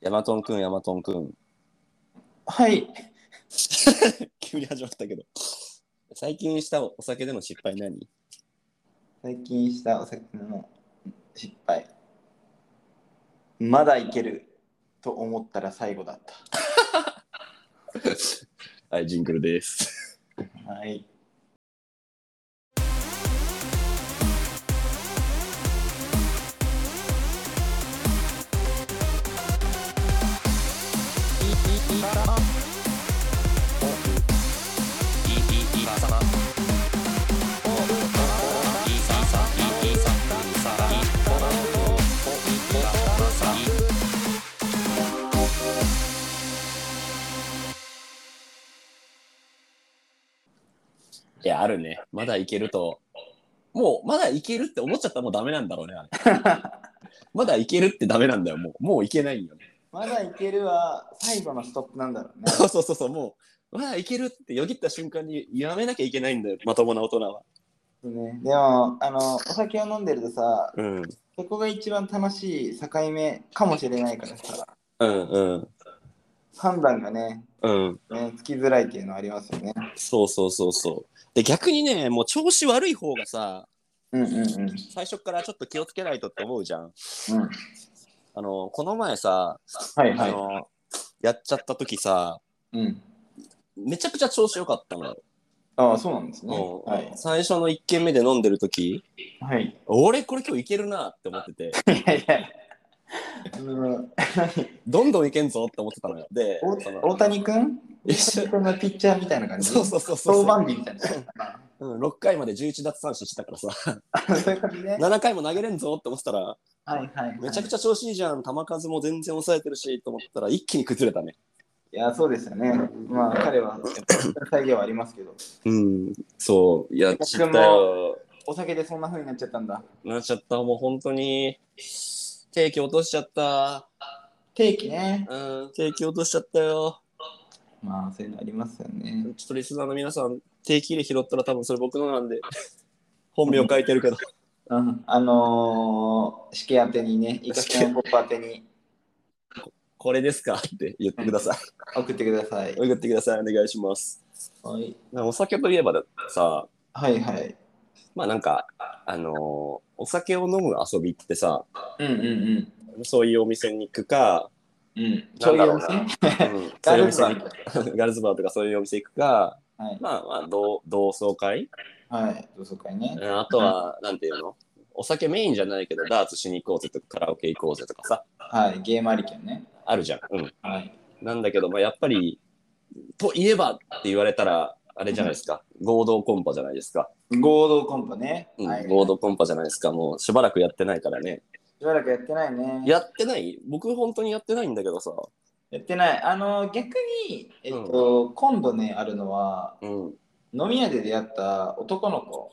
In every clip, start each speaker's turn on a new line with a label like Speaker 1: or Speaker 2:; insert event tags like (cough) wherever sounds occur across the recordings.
Speaker 1: ヤマトンくん、ヤマトンくん。 (laughs)
Speaker 2: はい。
Speaker 1: 急に始まったけど。最近したお酒での失敗何
Speaker 2: 最近したお酒の失敗。まだいけると思ったら最後だっ
Speaker 1: はい、ジングルです。
Speaker 2: た。はい。
Speaker 1: いや、あるね。まだいけると。もう、まだいけるって思っちゃったらもうダメなんだろうね、あれ。 (laughs) まだいけるってダメなんだよ、もう。もういけないんよ。
Speaker 2: まだいけるは最後のストップなんだろうね。
Speaker 1: (laughs) そうそうそうそう、もう、まだいけるってよぎった瞬間にやめなきゃいけないんだよ、まともな大人は。
Speaker 2: ねでも、あの、お酒を飲んでるとさ、
Speaker 1: うん。
Speaker 2: そこが一番楽しい境目かもしれないからさ、
Speaker 1: うんうん。
Speaker 2: 判断がね、
Speaker 1: うん。
Speaker 2: ねつきづらいっていうのはありますよね。
Speaker 1: そうそうそうそう。で、逆にね、もう調子悪い方がさ、
Speaker 2: うんうんうん。うん。
Speaker 1: 最初からちょっと気をつけないとって思うじゃん。あの、この前さ、
Speaker 2: はい
Speaker 1: あの、やっちゃった時さ、
Speaker 2: い。うん。
Speaker 1: めちゃくちゃ調子良かったのよ。
Speaker 2: ああ、そうなんですね。
Speaker 1: うん
Speaker 2: はい。
Speaker 1: 最初の1軒目で飲んでる時、
Speaker 2: (laughs) はい。
Speaker 1: 俺これ今日いけるなって思ってて、
Speaker 2: いやいや。うん
Speaker 1: どんどんいけんぞって思ってたのよ。で、その
Speaker 2: お大谷君
Speaker 1: 一
Speaker 2: 大
Speaker 1: 緒
Speaker 2: 谷君のピッチャーみたいな感じ
Speaker 1: そうそうそうそう
Speaker 2: 登板日みたいな。
Speaker 1: うん、6回まで11奪三振してたからさ、
Speaker 2: そういう感じね。
Speaker 1: 7回も投げれんぞって思ってたら、
Speaker 2: はいはい、はい。
Speaker 1: めちゃくち
Speaker 2: ゃ。
Speaker 1: ゃ調子いいじゃん、球数も全然抑えてるしと思ったら、一気に崩れたね。
Speaker 2: いや、そうですよね。まあ、彼は、再現はありますけど。
Speaker 1: うん、そう、やっちゃったよ。
Speaker 2: お酒でそんな風になっちゃったんだ。
Speaker 1: なっちゃった、もう本当に。定期落としちゃった。
Speaker 2: 定期ね。
Speaker 1: うん、定期落としちゃったよ。
Speaker 2: まあ、そういうのありますよね
Speaker 1: ちょ。っとリスナーの皆さん、定期入れ拾ったら多分それ僕のなんで、本名書いてるけど。
Speaker 2: うん。あのー、試験宛てにね、イカスキャンポップ宛てに
Speaker 1: これですかって言ってください。
Speaker 2: 送ってください。
Speaker 1: 送ってください。お願いします。
Speaker 2: はい。
Speaker 1: お酒といえばださ、
Speaker 2: はいはい。
Speaker 1: まあなんか、あのーお酒を飲む遊びってさ、
Speaker 2: うんうんうん。
Speaker 1: そういうお店に行くか、
Speaker 2: うん。
Speaker 1: なんだろうな
Speaker 2: そういうね
Speaker 1: うんそ
Speaker 2: ガ
Speaker 1: ういうお
Speaker 2: ールズ
Speaker 1: 店
Speaker 2: バ
Speaker 1: に
Speaker 2: ー
Speaker 1: ガールズバーとかそういうお店行くか、
Speaker 2: はい。
Speaker 1: まあまあ同同窓会、
Speaker 2: はい。同窓会ね
Speaker 1: う。んあとは、なんていうのお酒メインじゃないけど、ダーツしに行こうぜとか、カラオケ行こうぜとかさ、
Speaker 2: はい。ゲームありきよね。
Speaker 1: あるじゃん。うん。
Speaker 2: はい。
Speaker 1: なんだけど、まあ、やっぱり、といえばって言われたら、あれじゃないですか、合同コンパじゃないですか、
Speaker 2: 合同コンパね。
Speaker 1: うん
Speaker 2: はい、
Speaker 1: 合同コンパじゃないですか、もうしばらくやってないからね。
Speaker 2: しばらくやってないね。
Speaker 1: やってない僕、本当にやってないんだけどさ。
Speaker 2: やってない。あの、逆に、えっと、今度ね、あるのは、
Speaker 1: うん。
Speaker 2: 飲み屋で出会った男の子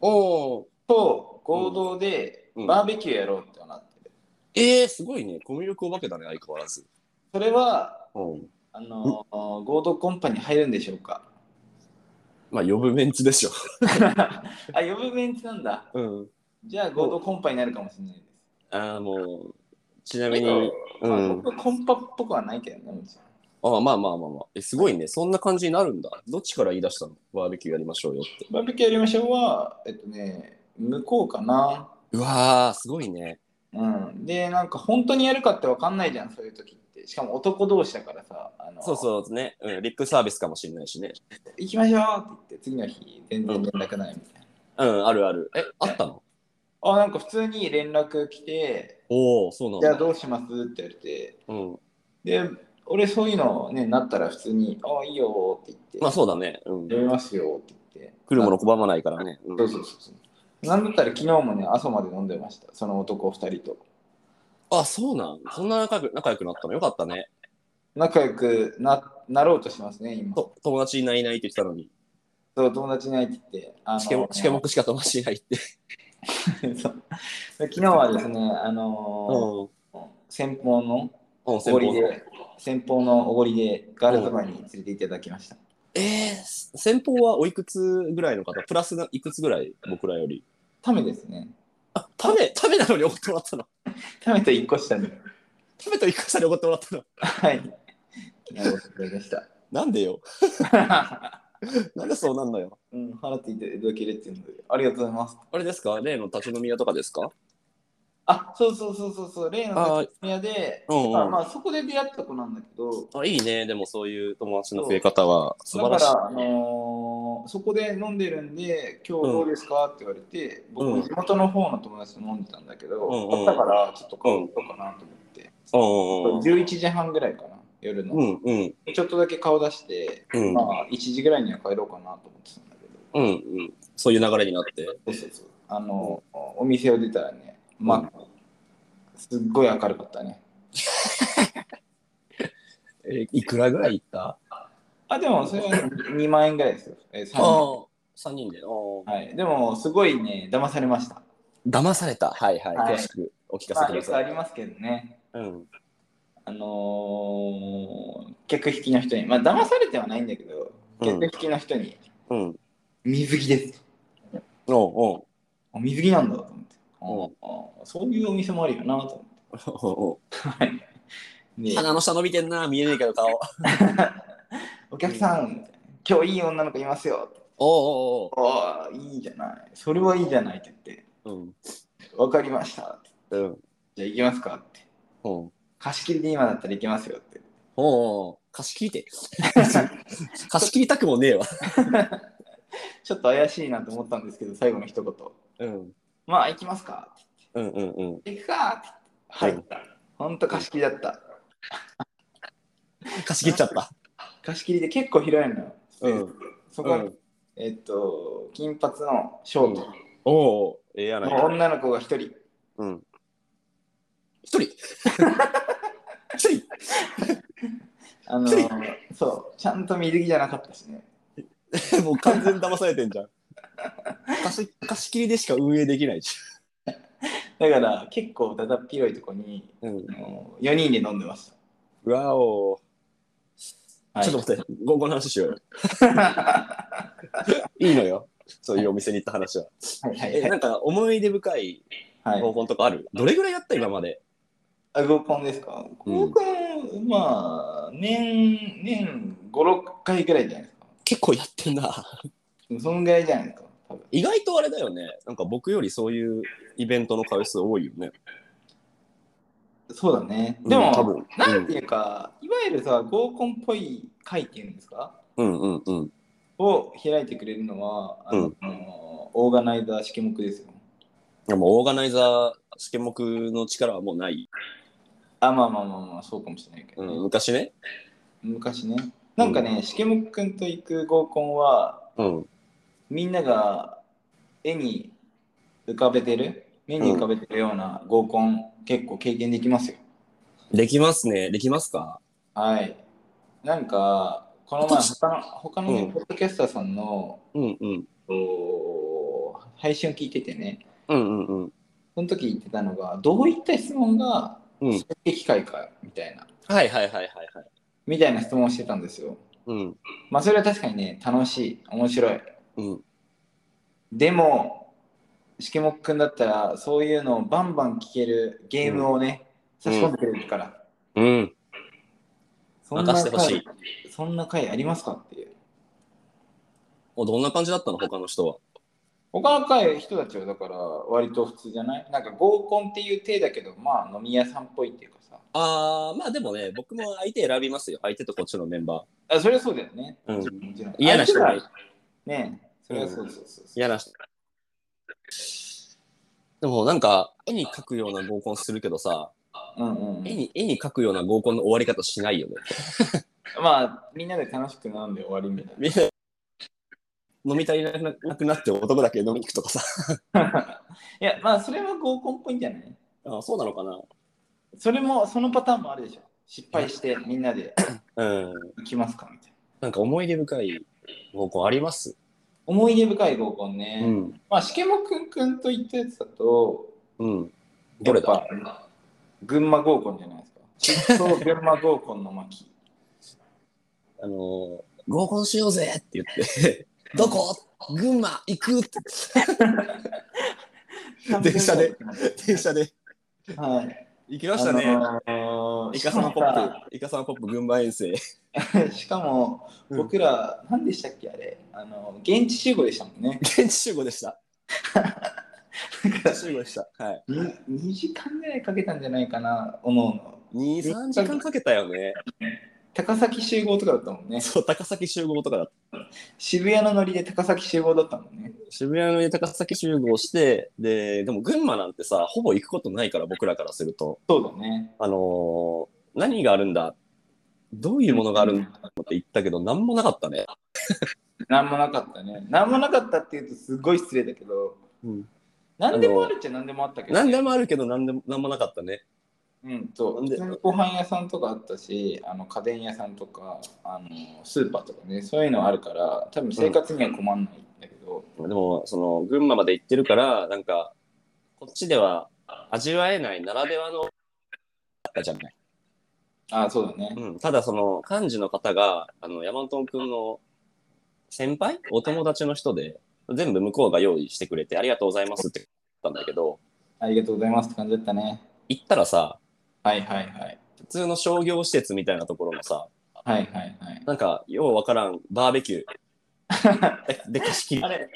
Speaker 1: おー
Speaker 2: と合同で
Speaker 1: うん
Speaker 2: バーベキューやろうってなってる。
Speaker 1: えー、すごいね。コミュ力お化けだね、相変わらず。
Speaker 2: それは、
Speaker 1: うん。
Speaker 2: あの、合同コンパに入るんでしょうか。
Speaker 1: (laughs) まあ、呼ぶメンツでしょ。
Speaker 2: あ、呼ぶメンツなんだ。
Speaker 1: うん。
Speaker 2: じゃあ合同コンパになるかもしれないです。
Speaker 1: ああ、もう、ちなみに、う
Speaker 2: まあ
Speaker 1: ん。
Speaker 2: 僕コンパっぽくはないけどね、もちろん。
Speaker 1: ああ、まあまあまあまあ。え、すごいね。そんな感じになるんだ。どっちから言い出したのバーベキューやりましょうよって。
Speaker 2: バーベキューやりましょうは、えっとね、向こうかな。
Speaker 1: うわー、すごいね。
Speaker 2: うん、でなんか本当にやるかって分かんないじゃんそういう時ってしかも男同士だからさあの
Speaker 1: そうそうね。うん、リップサービスかもしれないしね。
Speaker 2: 行きましょうって言って次の日全然連絡ないみたいな、
Speaker 1: うん、あるある。え、あったの
Speaker 2: あなんか普通に連絡来て
Speaker 1: おおそうなん
Speaker 2: じゃあ
Speaker 1: だ。
Speaker 2: どうしますって言われて
Speaker 1: うん。
Speaker 2: で俺そういうのねなったら普通に「あいいよ」って言って「
Speaker 1: まあそうだね。うん。
Speaker 2: や
Speaker 1: 来
Speaker 2: りますよ」って言って
Speaker 1: るもの拒まないからね。う、
Speaker 2: そうんそうそうそうなんだったら昨日もね朝まで飲んでましたその男2人と
Speaker 1: あ、そうなん。そんな仲良く仲良くなったのよかったね。
Speaker 2: 仲良くななろうとしてますね今
Speaker 1: と友達いないいないって言ってたのに。
Speaker 2: そう友達いないって言ってあの
Speaker 1: しけも、しけもくしか友達いないって。
Speaker 2: そう (laughs) 昨日はですね、あの
Speaker 1: うん。
Speaker 2: ー先方の
Speaker 1: うん、
Speaker 2: お
Speaker 1: 先
Speaker 2: ごり
Speaker 1: 方。
Speaker 2: で、先方のおごりでガールズバーに連れていただきました。
Speaker 1: えー、先方はおいくつぐらいの方プラスないくつぐらい僕らより。
Speaker 2: ためですね。
Speaker 1: あ、ため、ためなのにおごってもらったの。
Speaker 2: ためと一個下に。
Speaker 1: 食べと一個下に怒ってもらったの。
Speaker 2: はい。なるほどでした。
Speaker 1: (laughs)
Speaker 2: (laughs)
Speaker 1: なんでよ。なんでそうなんのよ。
Speaker 2: うん、払っていただけるっていうので、ありがとうございます。
Speaker 1: あれですか例の立ち飲み屋とかですか
Speaker 2: あ、そうそうそうそうそう、例の
Speaker 1: あー
Speaker 2: 酒屋で、
Speaker 1: うんうん
Speaker 2: あまあそこで出会った子なんだけど、
Speaker 1: あ、いいね。でもそういう友達の増え方は素晴らしい
Speaker 2: だ。から、あのーそこで飲んでるんで、今日どうですか、って言われて、僕
Speaker 1: うん
Speaker 2: 地元の方の友達と飲んでたんだけど、
Speaker 1: うんうん
Speaker 2: だからちょっと買おうかなと思って、
Speaker 1: うんうん
Speaker 2: 11時半ぐらいかな、夜の、
Speaker 1: うんうん
Speaker 2: ちょっとだけ顔出して、
Speaker 1: うんうん
Speaker 2: まあ1時ぐらいには帰ろうかなと思ってたんだけ
Speaker 1: う
Speaker 2: ど、
Speaker 1: んうんそういう流れになって。
Speaker 2: そうそうそう。あの、お店を出たらね、まあ、すっごい明るかったね。
Speaker 1: え、いくらぐらい行った
Speaker 2: あ、でもそれは2万円ぐらいですよ。えー三
Speaker 1: ああ、3人で。ああ
Speaker 2: はい。でも、すごいね、騙されました。
Speaker 1: 騙された。はいはい。
Speaker 2: はい
Speaker 1: 詳しくお聞
Speaker 2: ま
Speaker 1: かせ
Speaker 2: あ、
Speaker 1: く
Speaker 2: よ
Speaker 1: だ
Speaker 2: く
Speaker 1: さ
Speaker 2: あ
Speaker 1: い。
Speaker 2: りますけどね。
Speaker 1: うん。
Speaker 2: あのー客引きの人に、まあ、騙されてはないんだけど、
Speaker 1: うん
Speaker 2: 客引きの人に、
Speaker 1: うん。
Speaker 2: 水着です。
Speaker 1: おうおう
Speaker 2: あ水着なんだと思って。あ
Speaker 1: うん
Speaker 2: ーあーそういうお店もあるよなと思って。
Speaker 1: おうお
Speaker 2: はい。で
Speaker 1: う。鼻の下伸びてんな。見えねえけど顔。おう
Speaker 2: お客さん、みたいな今日いい女の子いますよ。
Speaker 1: おう
Speaker 2: ああ、いいじゃない。それはいいじゃないって言って、
Speaker 1: おう。うん。
Speaker 2: わかりましたって。
Speaker 1: うん。
Speaker 2: じゃあ行きますかって。
Speaker 1: おう
Speaker 2: 貸し切りで今だったら行けますよって。 (laughs)
Speaker 1: おうおう貸し切りて。貸し切りたくもねえわ。
Speaker 2: ちょっと怪しいなと思ったんですけど、最後の一言。
Speaker 1: うん。
Speaker 2: まあ行きますかって
Speaker 1: うんうんうん。
Speaker 2: 言って。行くかって言って。はい。ほんと貸し切りだった。
Speaker 1: 貸し切っちゃった。
Speaker 2: 貸し切りで結構広いのよ。
Speaker 1: うん。
Speaker 2: そこ
Speaker 1: う
Speaker 2: に
Speaker 1: ん、
Speaker 2: えっと、金髪のショート
Speaker 1: おうおう。ええやない
Speaker 2: の女の子が一人。
Speaker 1: うん。一人一人
Speaker 2: あのー、そう、ちゃんと水着じゃなかったしね。
Speaker 1: (laughs) もう完全に騙されてんじゃん。貸し貸し切りでしか運営できないじ
Speaker 2: だから結構だだっ広いとこに、
Speaker 1: ゃん。うん
Speaker 2: あ。のー、4人で飲んでました。
Speaker 1: わお、
Speaker 2: はい
Speaker 1: ちょっと待って、合コンの話し (laughs) ようよ。いいのよ。そういうお店に行った話は。
Speaker 2: はいはい
Speaker 1: え、
Speaker 2: はい
Speaker 1: なんか思い出深い
Speaker 2: はい。
Speaker 1: 合コンとかあるどれぐらいやった今まで。
Speaker 2: あ合コンですか
Speaker 1: うん
Speaker 2: 合コン、まあ、年、年5、6回ぐらいじゃないですか。
Speaker 1: 結構やってんな。
Speaker 2: そんぐらいじゃないですか。多分
Speaker 1: 意外とあれだよね。なんか僕よりそういうイベントの回数多いよね。
Speaker 2: そうだね。
Speaker 1: うん
Speaker 2: でも、
Speaker 1: 多分
Speaker 2: なんていうか、いわゆるさ、合コンっぽい会っていうんですか
Speaker 1: うんうんうん。
Speaker 2: を開いてくれるのは、あの、
Speaker 1: うん
Speaker 2: オーガナイザー式目ですよ。
Speaker 1: でもオーガナイザー、試験目の力はもうない。
Speaker 2: あ、まあまあまあまあ、そうかもしれないけ
Speaker 1: う
Speaker 2: ど、ね
Speaker 1: ん、昔ね。
Speaker 2: 昔ね。なんかね、しけもっくんと行く合コンは、
Speaker 1: うん。
Speaker 2: みんなが絵に浮かべてる目に浮かべてるような合コン、結構経験できますよ
Speaker 1: できますね。できますか
Speaker 2: はいなんかこの前他の他のね、
Speaker 1: うん
Speaker 2: ポッドキャスターさんの
Speaker 1: うんうん。
Speaker 2: おー配信を聞いててね
Speaker 1: うんうんうん。
Speaker 2: その時言ってたのがどういった質問が
Speaker 1: うん
Speaker 2: 機会かみたいな、
Speaker 1: はいはいはいはいはい。
Speaker 2: みたいな質問をしてたんですよ
Speaker 1: うん。
Speaker 2: まあそれは確かにね楽しい面白い
Speaker 1: うん。
Speaker 2: でも、しけもっくんだったら、そういうのをバンバン聞けるゲームをね、
Speaker 1: うん
Speaker 2: 差し込んでくれるから、
Speaker 1: うん。
Speaker 2: そんな
Speaker 1: 任せてほしい
Speaker 2: 回そんな回ありますかっていう。
Speaker 1: もうどんな感じだったの他の人は。
Speaker 2: 他の回、人たちはだから、割と普通じゃないなんか合コンっていう体だけど、まあ飲み屋さんっぽいっていうかさ。
Speaker 1: あー、まあでもね、僕も相手選びますよ。相手とこっちのメンバ
Speaker 2: あそれはそうだよね。
Speaker 1: うん
Speaker 2: もちろんもちろん
Speaker 1: 嫌な人が
Speaker 2: 相手がねえ、それはそうそうそう
Speaker 1: ー。嫌な人。でもなんか、絵に描くような合コンするけどさ、
Speaker 2: うんうんうん
Speaker 1: 絵に絵に描くような合コンの終わり方しないよね。
Speaker 2: まあ、みんなで楽しく飲んで終わりみたい
Speaker 1: みんな飲み足りな (laughs) くなくなって男だけ飲みに行くとかさ。
Speaker 2: な。いや、まあ、それは合コンっぽいんじゃない
Speaker 1: あーそうなのかな
Speaker 2: それも、そのパターンもあるでしょ。失敗してみんなで
Speaker 1: うん。
Speaker 2: 行きますかみたいな。
Speaker 1: なんか思い出深い合コンあります
Speaker 2: 思い出深い合コンね。
Speaker 1: ん。
Speaker 2: まあ、しけもくんくんと言ったやつだと、
Speaker 1: うん。どれだ
Speaker 2: やっぱ群馬合コンじゃないですか。そう、群馬合コンの巻。
Speaker 1: あのー、合コンしようぜって言 (laughs) って、どこ群馬行くって (laughs) 電車で電車で
Speaker 2: はい。
Speaker 1: 行きましたね。
Speaker 2: あのー
Speaker 1: イカサマポッ
Speaker 2: し
Speaker 1: プ、イカサマポップ群馬遠征。
Speaker 2: かもさしかも
Speaker 1: うん
Speaker 2: 僕ら、何でしたっけあれあの現地集合でしたもんね
Speaker 1: 現地集合でした。現地集合でした。はい。
Speaker 2: 2時間ぐらいかけたんじゃないかな思うの
Speaker 1: 2、3時間かけたよね。
Speaker 2: 高崎集合とかだったもんね
Speaker 1: そう、高崎集合とかだった。
Speaker 2: 渋谷のノリで高崎集合だったもんね
Speaker 1: 渋谷の高崎集合して、で、でも群馬なんてさ、ほぼ行くことないから、僕らからすると。
Speaker 2: そうだね
Speaker 1: あのー何があるんだどういうものがあるんだって言ったけど、何もなかったね。
Speaker 2: 何もなかったね何もなかったっていうとすごい失礼だけど
Speaker 1: うん。
Speaker 2: 何でもあるっちゃ何でもあったけど、
Speaker 1: 何でもあるけど、何でも、何もなかったね。
Speaker 2: うん、そ
Speaker 1: な
Speaker 2: う
Speaker 1: ん
Speaker 2: 普
Speaker 1: で
Speaker 2: 通にご飯屋さんとかあったしあの家電屋さんとかあのスーパーとかねそういうのあるから多分生活には困んないんだけど、
Speaker 1: でも、その、群馬まで行ってるから、なんか、こっちでは味わえないならではの、あったじゃない。
Speaker 2: ああそうだね、
Speaker 1: うん、ただその幹事の方があの山本君の先輩お友達の人で全部向こうが用意してくれてありがとうございますって言ったんだけど
Speaker 2: ありがとうございますって感じだったね
Speaker 1: 行ったらさ
Speaker 2: はいはいはい
Speaker 1: 普通の商業施設みたいなところのさ
Speaker 2: はいはいはい
Speaker 1: なんかようわからんバーベキューで貸し切
Speaker 2: あれ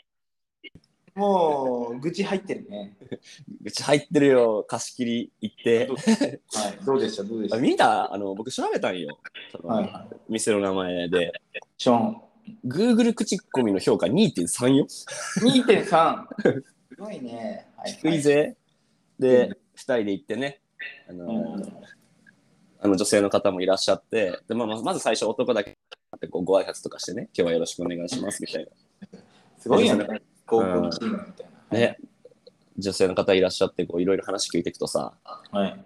Speaker 2: もう愚痴入ってるね
Speaker 1: りうち入ってるよ貸し切り行
Speaker 2: (laughs)
Speaker 1: って
Speaker 2: はいどうでしたどうでし
Speaker 1: あ
Speaker 2: た
Speaker 1: 見たあの僕調べたんよその、
Speaker 2: はいはい
Speaker 1: 店の名前で
Speaker 2: ショーン
Speaker 1: Google 口コミの評価2.3よ
Speaker 2: 2.3す (laughs) ごいね、はいはい
Speaker 1: 低いぜ、
Speaker 2: う
Speaker 1: で2人で行ってねあの、
Speaker 2: うん
Speaker 1: あの女性の方もいらっしゃって、でまあ、まあまず最初男だけってこうご挨拶とかしてね、今日はよろしくお願いしますみたい
Speaker 2: すごいよね高校チームみたい
Speaker 1: な。
Speaker 2: な、
Speaker 1: ね、女性の方いらっしゃって、こういろいろ話聞いていくとさ、
Speaker 2: はい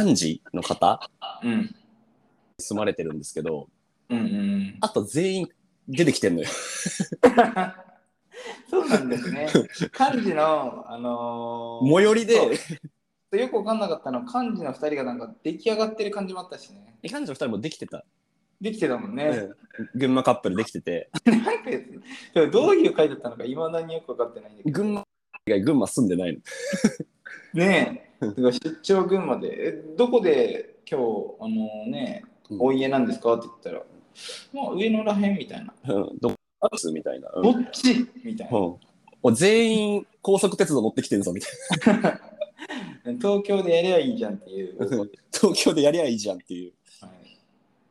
Speaker 1: 幹事の方、
Speaker 2: うん
Speaker 1: 住まれてるんですけど、
Speaker 2: うんうん
Speaker 1: あと全員出てきてんのよ。
Speaker 2: そうなんですね。漢字の、あのー
Speaker 1: 最寄り
Speaker 2: そう
Speaker 1: で、
Speaker 2: よくわかんなかったのは漢字の2人がなんか出来上がってる感じもあったしね。
Speaker 1: 幹事の2人もできてた。
Speaker 2: できてたもんね。
Speaker 1: うん群馬カップルできてて、
Speaker 2: なんかでもどういう回だったのかいまだによくわかってないんだけど。
Speaker 1: 群馬以外群馬住んでないの。
Speaker 2: ねえ。だから出張群馬で、えどこで今日、あのね、
Speaker 1: うん
Speaker 2: お家なんですかって言ったら、まあ上野らへんみたいな。
Speaker 1: うん、どこですみたいな。うん
Speaker 2: どっちみたいな。
Speaker 1: うんお全員高速鉄道乗ってきてんぞみたい
Speaker 2: 東京でやればいいじゃんっていう。
Speaker 1: な。 (laughs) 東京でやりゃいいじゃんっていう。
Speaker 2: はい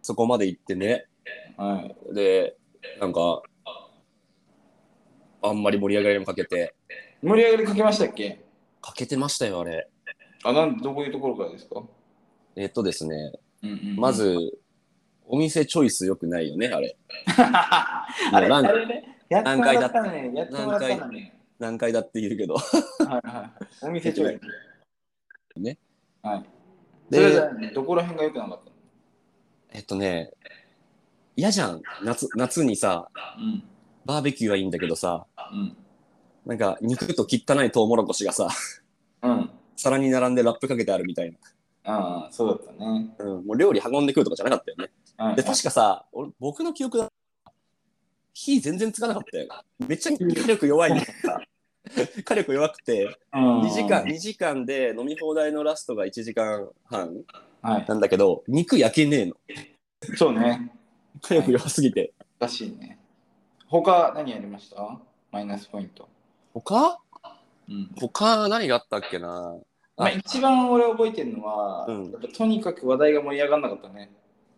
Speaker 1: そこまで行ってね。
Speaker 2: はい。
Speaker 1: で、なんか、あんまり盛り上がりもかけて、
Speaker 2: 盛り上がりかけましたっけ
Speaker 1: かけてましたよ、あれ。
Speaker 2: あなんどこいうところからですか、
Speaker 1: えっとですね、
Speaker 2: うんうん
Speaker 1: ま、ず、お店チョイス良くないよね、あれ。
Speaker 2: あれ
Speaker 1: ラン
Speaker 2: あれね、やってもらったのね、や
Speaker 1: 何
Speaker 2: ってもらったのね。
Speaker 1: 何回だって言うけど。
Speaker 2: はいはい。お店ちょい。
Speaker 1: ね。
Speaker 2: はい。それじ
Speaker 1: で、
Speaker 2: ゃあどこら辺が良くなかったの
Speaker 1: えっとね、嫌じゃん。夏、夏にさ、
Speaker 2: うん。
Speaker 1: バーベキューはいいんだけどさ、
Speaker 2: うん。
Speaker 1: なんか肉と汚いトウモロコシがさ、
Speaker 2: うん。
Speaker 1: 皿に並んでラップかけてあるみたい
Speaker 2: ああ、そうだったね。
Speaker 1: な。うん、もう料理運んでくるとかじゃなかったよね。
Speaker 2: はい
Speaker 1: で、確かさ、俺僕の記憶だ火全然つかなかったよ。めっちゃ火力弱い、ね、 (laughs) 火力弱くて、
Speaker 2: うん
Speaker 1: 2時間、。2時間で飲み放題のラストが1時間半
Speaker 2: はい。
Speaker 1: なんだけど、肉焼けねえの。
Speaker 2: そうね。
Speaker 1: 火力弱すぎて。
Speaker 2: らしいね。他何やりましたマイナスポイント。
Speaker 1: 他
Speaker 2: うん。
Speaker 1: 他何があったっけな
Speaker 2: まあ、一番俺覚えてるのは、
Speaker 1: うん
Speaker 2: やっぱとにかく話題が盛り上がんなかったね。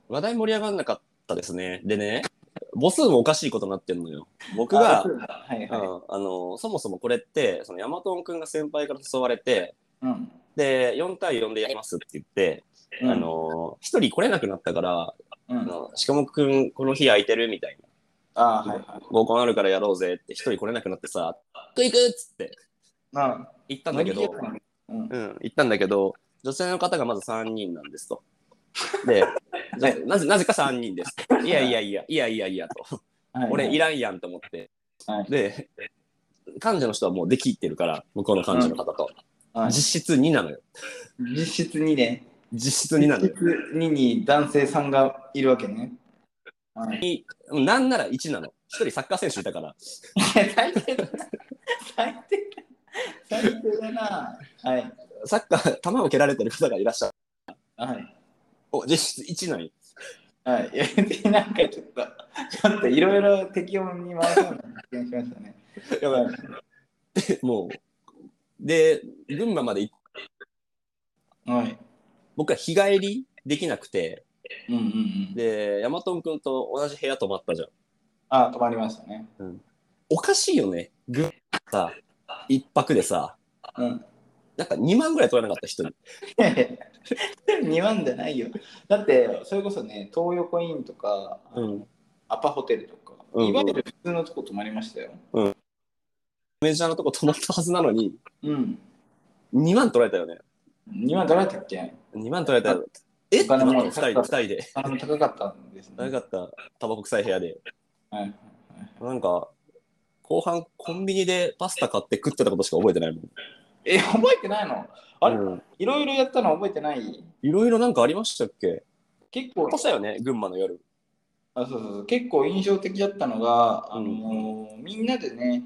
Speaker 1: 話題盛り上がんなかったですね。でね、母数もおかしいことになってんのよ。僕が、うん
Speaker 2: あはい
Speaker 1: あ
Speaker 2: は
Speaker 1: のそもそもこれって、そのヤマトン君が先輩から誘われて、
Speaker 2: い。うん。
Speaker 1: で、4対4でやりますって言って、
Speaker 2: うん
Speaker 1: あ、の一人来れなくなったから、
Speaker 2: う
Speaker 1: あ
Speaker 2: ん、
Speaker 1: のしかもくん、この日空いてるみたいな。
Speaker 2: あーはいはい。
Speaker 1: 合コンあるからやろうぜって、一人来れなくなってさ、行く行くっつって
Speaker 2: なあ、
Speaker 1: 行ったんだけど、
Speaker 2: うん、
Speaker 1: うん、行ったんだけど、女性の方がまず3人なんですと。で、じゃなぜなぜか3人です。いやいやいや、いやいやいやと。俺い
Speaker 2: ら
Speaker 1: らんやんと思って。
Speaker 2: はい
Speaker 1: で、患者の人はもうできってるから、向こうの患者の方と。
Speaker 2: はい、
Speaker 1: 実質2なのよ。
Speaker 2: 実質2ね。
Speaker 1: 実質2なの
Speaker 2: 実 (laughs)
Speaker 1: よ
Speaker 2: 質。2に男性さんがいるわけね。は
Speaker 1: い
Speaker 2: い、
Speaker 1: なんなら1なの。一人サッカー選手いたから。
Speaker 2: いや最低だな。最低だ。最低だな。はい。
Speaker 1: サッカー、球を蹴られてる方がいらっしゃる。
Speaker 2: はい。
Speaker 1: お、実質1なんや
Speaker 2: はい。いや、なんかちょっと、ちょっといろいろ適温に回そうな発見しましたね。
Speaker 1: やばい。でもう、で、群馬まで行
Speaker 2: はい。
Speaker 1: 僕は日帰りできなくて、
Speaker 2: うんうんうん。
Speaker 1: で、ヤマトン君と同じ部屋泊まったじゃん。
Speaker 2: あ、止まりましたね。
Speaker 1: おかしいよね。群馬さ、一泊でさ、
Speaker 2: うん。
Speaker 1: なんか2万ぐらい取らなかった人に。
Speaker 2: (laughs) 2万じゃないよ。だって、それこそね、東横インとか、
Speaker 1: うん。
Speaker 2: アパホテルとか、
Speaker 1: うんうん
Speaker 2: いわゆる普通のとこ泊まりましたよ。
Speaker 1: メジャーなとこ泊まったはずなのに、
Speaker 2: うん。
Speaker 1: 2万取られたよね。
Speaker 2: 2万取られたっけ
Speaker 1: 2万取られたよ。えっ
Speaker 2: お
Speaker 1: ってな
Speaker 2: 金
Speaker 1: った
Speaker 2: も
Speaker 1: の2人で、2人で。
Speaker 2: あの高かったんですね。
Speaker 1: 長かった、タバコ臭い部屋で。
Speaker 2: はいはい
Speaker 1: なんか、後半コンビニでパスタ買って食ってたことしか覚えてないもん。
Speaker 2: え、覚えてないのあれ
Speaker 1: うん
Speaker 2: いろいろやったの覚えてない
Speaker 1: いろいろなんかありましたっけ
Speaker 2: 結構
Speaker 1: あしたよね、群馬の夜。
Speaker 2: あそうそうそう結構印象的だったのが、あ
Speaker 1: うん
Speaker 2: のーみんなでね、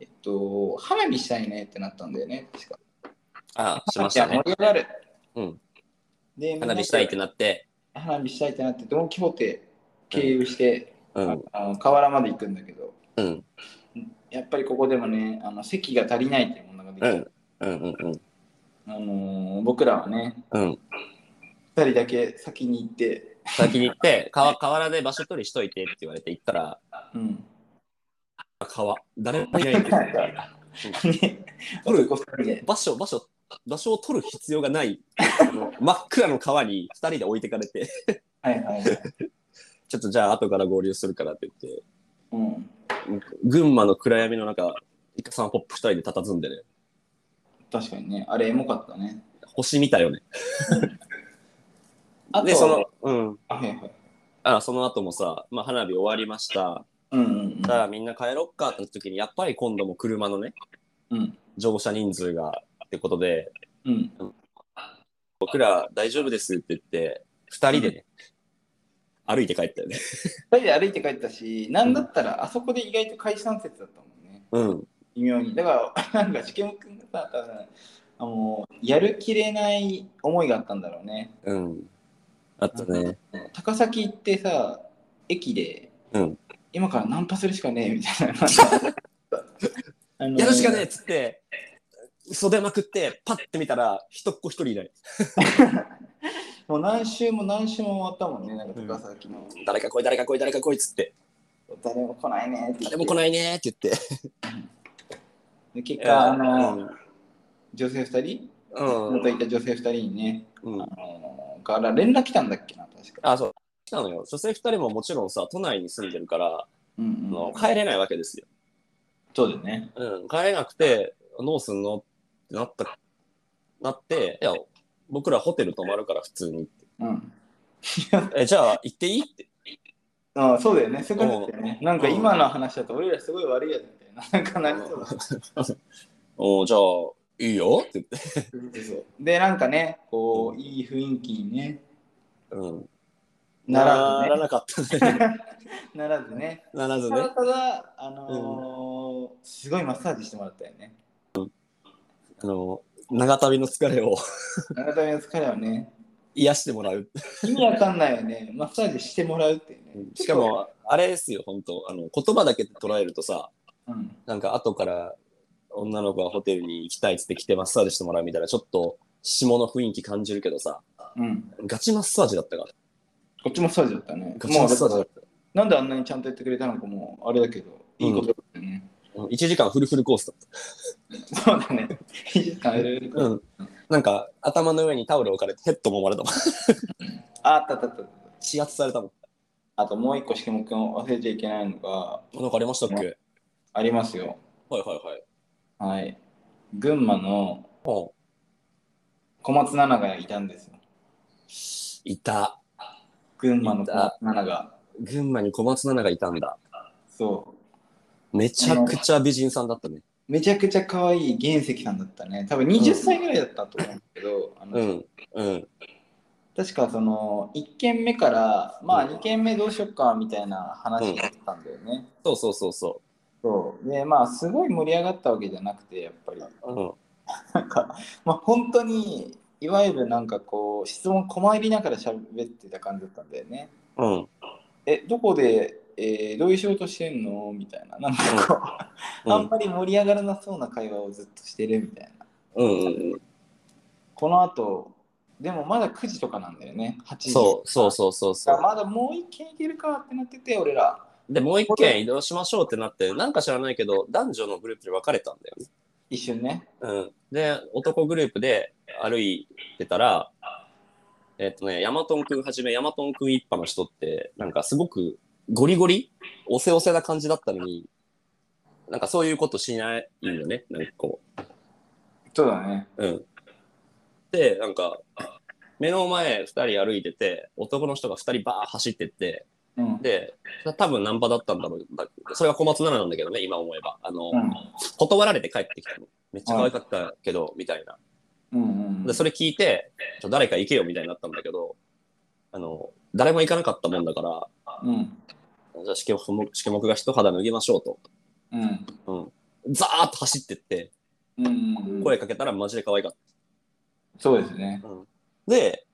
Speaker 2: えっと、花火したいねってなったんだよね、確か。
Speaker 1: ああ、しました
Speaker 2: いや
Speaker 1: ね。
Speaker 2: 盛り上がる。
Speaker 1: うん
Speaker 2: で、みんな
Speaker 1: 花
Speaker 2: で
Speaker 1: 火したいってなって。
Speaker 2: 花火したいってなって、ドン・キホーテ経由して、
Speaker 1: うん。
Speaker 2: あの河原まで行くんだけど、
Speaker 1: うん。
Speaker 2: やっぱりここでもね、あの席が足りないっていうものができ
Speaker 1: う
Speaker 2: て、
Speaker 1: ん。うん。うん。うん
Speaker 2: あのー僕らはね、
Speaker 1: うん。
Speaker 2: 2人だけ先に行って、
Speaker 1: 先に行って、川河原で場所取りしといてって言われて行ったら、
Speaker 2: うん。
Speaker 1: あ川、誰もいないんで
Speaker 2: なんか (laughs) ね
Speaker 1: 取る
Speaker 2: 男二人で
Speaker 1: 場所、場所、場所を取る必要がない、あの (laughs) 真っ暗の川に2人で置いてかれて、
Speaker 2: はい
Speaker 1: (laughs)
Speaker 2: はいはい。
Speaker 1: ちょっとじゃあ後から合流するからって言って、
Speaker 2: うん
Speaker 1: 群馬の暗闇の中、イカさんポップ2人で佇んでね、
Speaker 2: 確かにね、あれエモかったね。
Speaker 1: 星見たよね。
Speaker 2: あと
Speaker 1: で、その、うん。
Speaker 2: あはいはい。
Speaker 1: あその後もさ、まあ、花火終わりました。
Speaker 2: うんうん
Speaker 1: じゃあみんな帰ろっかってなった時に、やっぱり今度も車のね、
Speaker 2: うん。うん
Speaker 1: 乗車人数がってことで、
Speaker 2: うん。
Speaker 1: 僕ら大丈夫ですって言って、2人でね、歩いて帰ったよね。
Speaker 2: 二人で歩いて帰ったし、なんだったらあそこで意外と解散説だったもんね。
Speaker 1: うん。
Speaker 2: 微妙に。だから、 (laughs) なんか、試験君がさ、多分あのやるきれない思いがあったんだろうね。
Speaker 1: うん。あったね。
Speaker 2: 高崎行ってさ、駅で、
Speaker 1: うん
Speaker 2: 今からナンパするしかねえみたい
Speaker 1: (laughs)
Speaker 2: な。あの
Speaker 1: やるしかねえっつって、袖まくって、パッて見たら、人っ子一人いない。
Speaker 2: もう何週も何週も終わったもんね、なんか高崎の。
Speaker 1: 誰か来い、誰か来い、誰か来いっつって、
Speaker 2: 誰も来ないねって。
Speaker 1: 誰も来
Speaker 2: い。
Speaker 1: ないねーって言って。
Speaker 2: で結果、あ
Speaker 1: う
Speaker 2: の、
Speaker 1: ん
Speaker 2: 女性2人
Speaker 1: うん
Speaker 2: 元いた女性2人にね、
Speaker 1: うん
Speaker 2: あ、のから連絡来たんだっけな、確か。
Speaker 1: あ、そう。来たのよ。女性2人ももちろんさ、都内に住んでるから、
Speaker 2: うん
Speaker 1: あ
Speaker 2: う
Speaker 1: の
Speaker 2: ん、
Speaker 1: 帰れないわけですよ。
Speaker 2: そうだよね。
Speaker 1: うん、帰れなくて、どうすんのってなった、なって、いや、僕らホテル泊まるから普通に。
Speaker 2: うん。
Speaker 1: え、じゃあ行っていいって。
Speaker 2: あそうだよね。そういうことだよね。なんか
Speaker 1: うん
Speaker 2: 今の話だと俺らすごい悪いやつみたいな。なんかなりそうだ。
Speaker 1: おじゃあ、いいよって言って。
Speaker 2: で、なんかね、こう、いい雰囲気にね、
Speaker 1: うん。
Speaker 2: ならずね
Speaker 1: ななかったね。
Speaker 2: ならずね。
Speaker 1: ならず
Speaker 2: ただ
Speaker 1: ね。
Speaker 2: ただ、あのーすごいマッサージしてもらったよね。
Speaker 1: あの、長旅の疲れを (laughs)
Speaker 2: 改めの疲れはね、
Speaker 1: 癒してもらう。
Speaker 2: 意味わかんないよね。マッサージしてもらうっていうね。
Speaker 1: しかも、あれですよ、本当あの、言葉だけで捉えるとさ、
Speaker 2: うん、
Speaker 1: なんか後から女の子がホテルに行きたいっつって来てマッサージしてもらうみたいな、ちょっと下の雰囲気感じるけどさ、
Speaker 2: うん。
Speaker 1: ガチマッサージだったから。
Speaker 2: こっちマッサージだったね。
Speaker 1: ガチマッサージだった。
Speaker 2: なんであんなにちゃんとやってくれたのかもあれだけど、いいことだったよね。
Speaker 1: うん1時間フルフルコースだっ
Speaker 2: そうだね。いい感じ
Speaker 1: た。うん。なんか頭の上にタオル置かれてヘッド揉まれたもん。
Speaker 2: ああったあったあったあった。
Speaker 1: 指圧されたもん。
Speaker 2: あともう一個、しけもくん忘れちゃいけないのが
Speaker 1: なんかありましたっけ、
Speaker 2: ありますよ。
Speaker 1: はいはいはい。
Speaker 2: はい。群馬の
Speaker 1: うん。
Speaker 2: 小松菜奈がいたんですよ。
Speaker 1: いた。
Speaker 2: 群馬の小松菜奈が。
Speaker 1: 群馬に小松菜奈がいたんだ。
Speaker 2: そ
Speaker 1: めちゃくちゃ美人さんだったね。
Speaker 2: う。めちゃくちゃ可愛い原石さんだったね。多分20歳ぐらいだったと思うんだけど、あの
Speaker 1: うん。うん。
Speaker 2: 確かその1軒目から、まあ
Speaker 1: うん
Speaker 2: 2軒目どうしよっかみたいな話だったんだよね。
Speaker 1: そうそうそうそ
Speaker 2: そう。で、まあ、すごい盛り上がったわけじゃなくて、やっぱり。
Speaker 1: う。うん。
Speaker 2: なんか、まあ、本当に、いわゆるなんかこう、質問困りながら喋ってた感じだったんだよね。
Speaker 1: うん。
Speaker 2: え、どこで、えーどういう仕事してんのみたいな。なんかこ
Speaker 1: う
Speaker 2: う、
Speaker 1: ん
Speaker 2: あんまり盛り上がらなそうな会話をずっとしてるみたいな。
Speaker 1: うんうんうん。
Speaker 2: この後、でもまだ9時とかなんだよね。8時。
Speaker 1: そうそうそうそうそ
Speaker 2: だ
Speaker 1: う
Speaker 2: から。まだもう一軒行けるかってなってて、俺ら。
Speaker 1: で、もう一件移動しましょうってなって、なんか知らないけど、男女のグループで分かれたんだよね。
Speaker 2: 一瞬ね。
Speaker 1: うん。で、男グループで歩いてたら、えっとね、ヤマトンくんはじめ、ヤマトンくん一派の人って、なんかすごくゴリゴリ、おせおせな感じだったのに、なんかそういうことしないよね、なんかこ
Speaker 2: そうだね。
Speaker 1: う。うん。で、なんか、目の前二人歩いてて、男の人が二人バー走ってって、
Speaker 2: うん。
Speaker 1: で、多分ナンパだったんだろう。だそれが小松菜奈なんだけどね、今思えば。あの、
Speaker 2: うん。
Speaker 1: 断られて帰ってきたの。めっちゃ可愛かったけど、みたいな。
Speaker 2: うんうん
Speaker 1: で、。それ聞いて、ちょ誰か行けよ、みたいになったんだけど、あの、誰も行かなかったもんだから、
Speaker 2: うん。
Speaker 1: じゃあ、しけもしけもくが一肌脱げましょうと。
Speaker 2: うん。
Speaker 1: うん。ザーッと走ってって、
Speaker 2: うんうんうん。
Speaker 1: 声かけたらマジで可愛かっ
Speaker 2: そうですね。
Speaker 1: た。うん。で、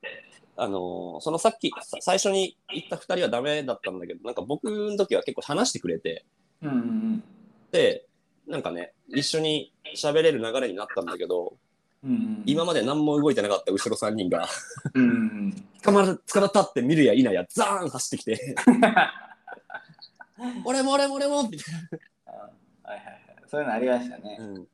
Speaker 1: あのそのさっき、さ最初に行った二人はダメだったんだけど、なんか僕の時は結構話してくれて、
Speaker 2: うんうん
Speaker 1: で、なんかね、一緒に喋れる流れになったんだけど、
Speaker 2: うん。うんうん、
Speaker 1: 今まで何も動いてなかった後ろ3人が、
Speaker 2: うんうん
Speaker 1: 捕まる捕まったって見るや否や、ザーン走ってきて、
Speaker 2: うん。あ
Speaker 1: 俺も俺も俺もみたい
Speaker 2: はいはいはい。そういうのありましたね
Speaker 1: な。。うん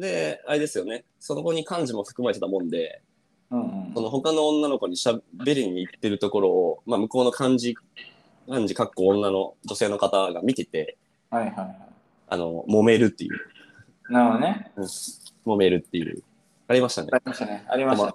Speaker 1: で、あれですよね、その子に漢字も含まれてたもんで、
Speaker 2: うんうん
Speaker 1: その他の女の子に喋りに行ってるところを、まあ、向こうの漢字、漢字かっこ女の女性の方が見てて、
Speaker 2: はいはいは
Speaker 1: あの、揉めるっていう、
Speaker 2: い。なるほどね。
Speaker 1: うん揉めるっていう、ありましたね
Speaker 2: あ。りましたね。ありましたね。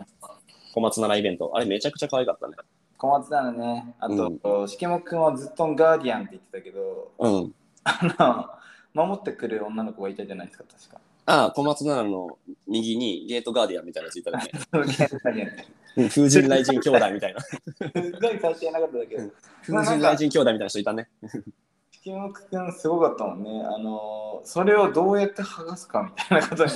Speaker 1: 小松菜奈イベント。あれめちゃくちゃ可愛かったね。
Speaker 2: 小松菜奈ね。あと、しけもくんはずっとガーディアンって言ってたけど、 (laughs)
Speaker 1: うん。
Speaker 2: あの、守ってくる女の子がいたじゃないですか、確か。
Speaker 1: ああ、小松菜奈の右にゲートガーディアンみたいなやついた (laughs) ね。
Speaker 2: す
Speaker 1: うん風神雷神兄弟みたいな。
Speaker 2: ごい最初やなかっただけど、
Speaker 1: (laughs) 風神雷神兄弟みたいな人いたね。
Speaker 2: しけもくんすごかったもんね。あの、それをどうやって剥がすかみたい
Speaker 1: (laughs)
Speaker 2: なことに。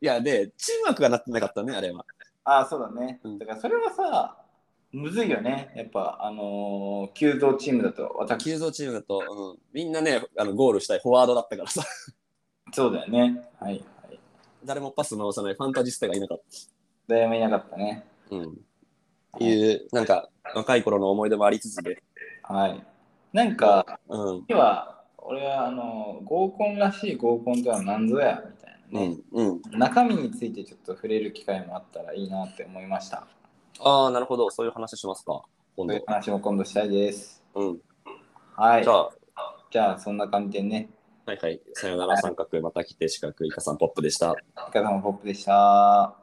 Speaker 1: いや、で、チームワークがなってなかったね、あれは。
Speaker 2: ああ、そうだね
Speaker 1: うん。
Speaker 2: だからそれはさ、むずいよね。やっぱ、あのー、急造チームだと、私、
Speaker 1: 急造チームだと、うん、みんなね、あのゴールしたいフォワードだったからさ、 (laughs)
Speaker 2: そうだよね。はいはい。
Speaker 1: 誰もパス回さないファンタジスタがいなかっ
Speaker 2: だいぶいなかったね。
Speaker 1: た。うん。いう、なんか、若い頃の思い出もありつつで。
Speaker 2: はい。なんか、
Speaker 1: うん。
Speaker 2: 今は、俺は、あのー、合コンらしい合コンとは何ぞや、みたいうなね。
Speaker 1: ん。うん。
Speaker 2: 中身についてちょっと触れる機会もあったらいいなって思いました。
Speaker 1: ああ、なるほど。そういう話しますか。今
Speaker 2: そういう
Speaker 1: 度。
Speaker 2: 話も今度したいです。
Speaker 1: うん。
Speaker 2: はい。
Speaker 1: じゃあ、
Speaker 2: じゃあ、そんな感じでね、
Speaker 1: はいはい。さよなら三角、また来て四角、イカさんポップでした。
Speaker 2: いかがもポップでした。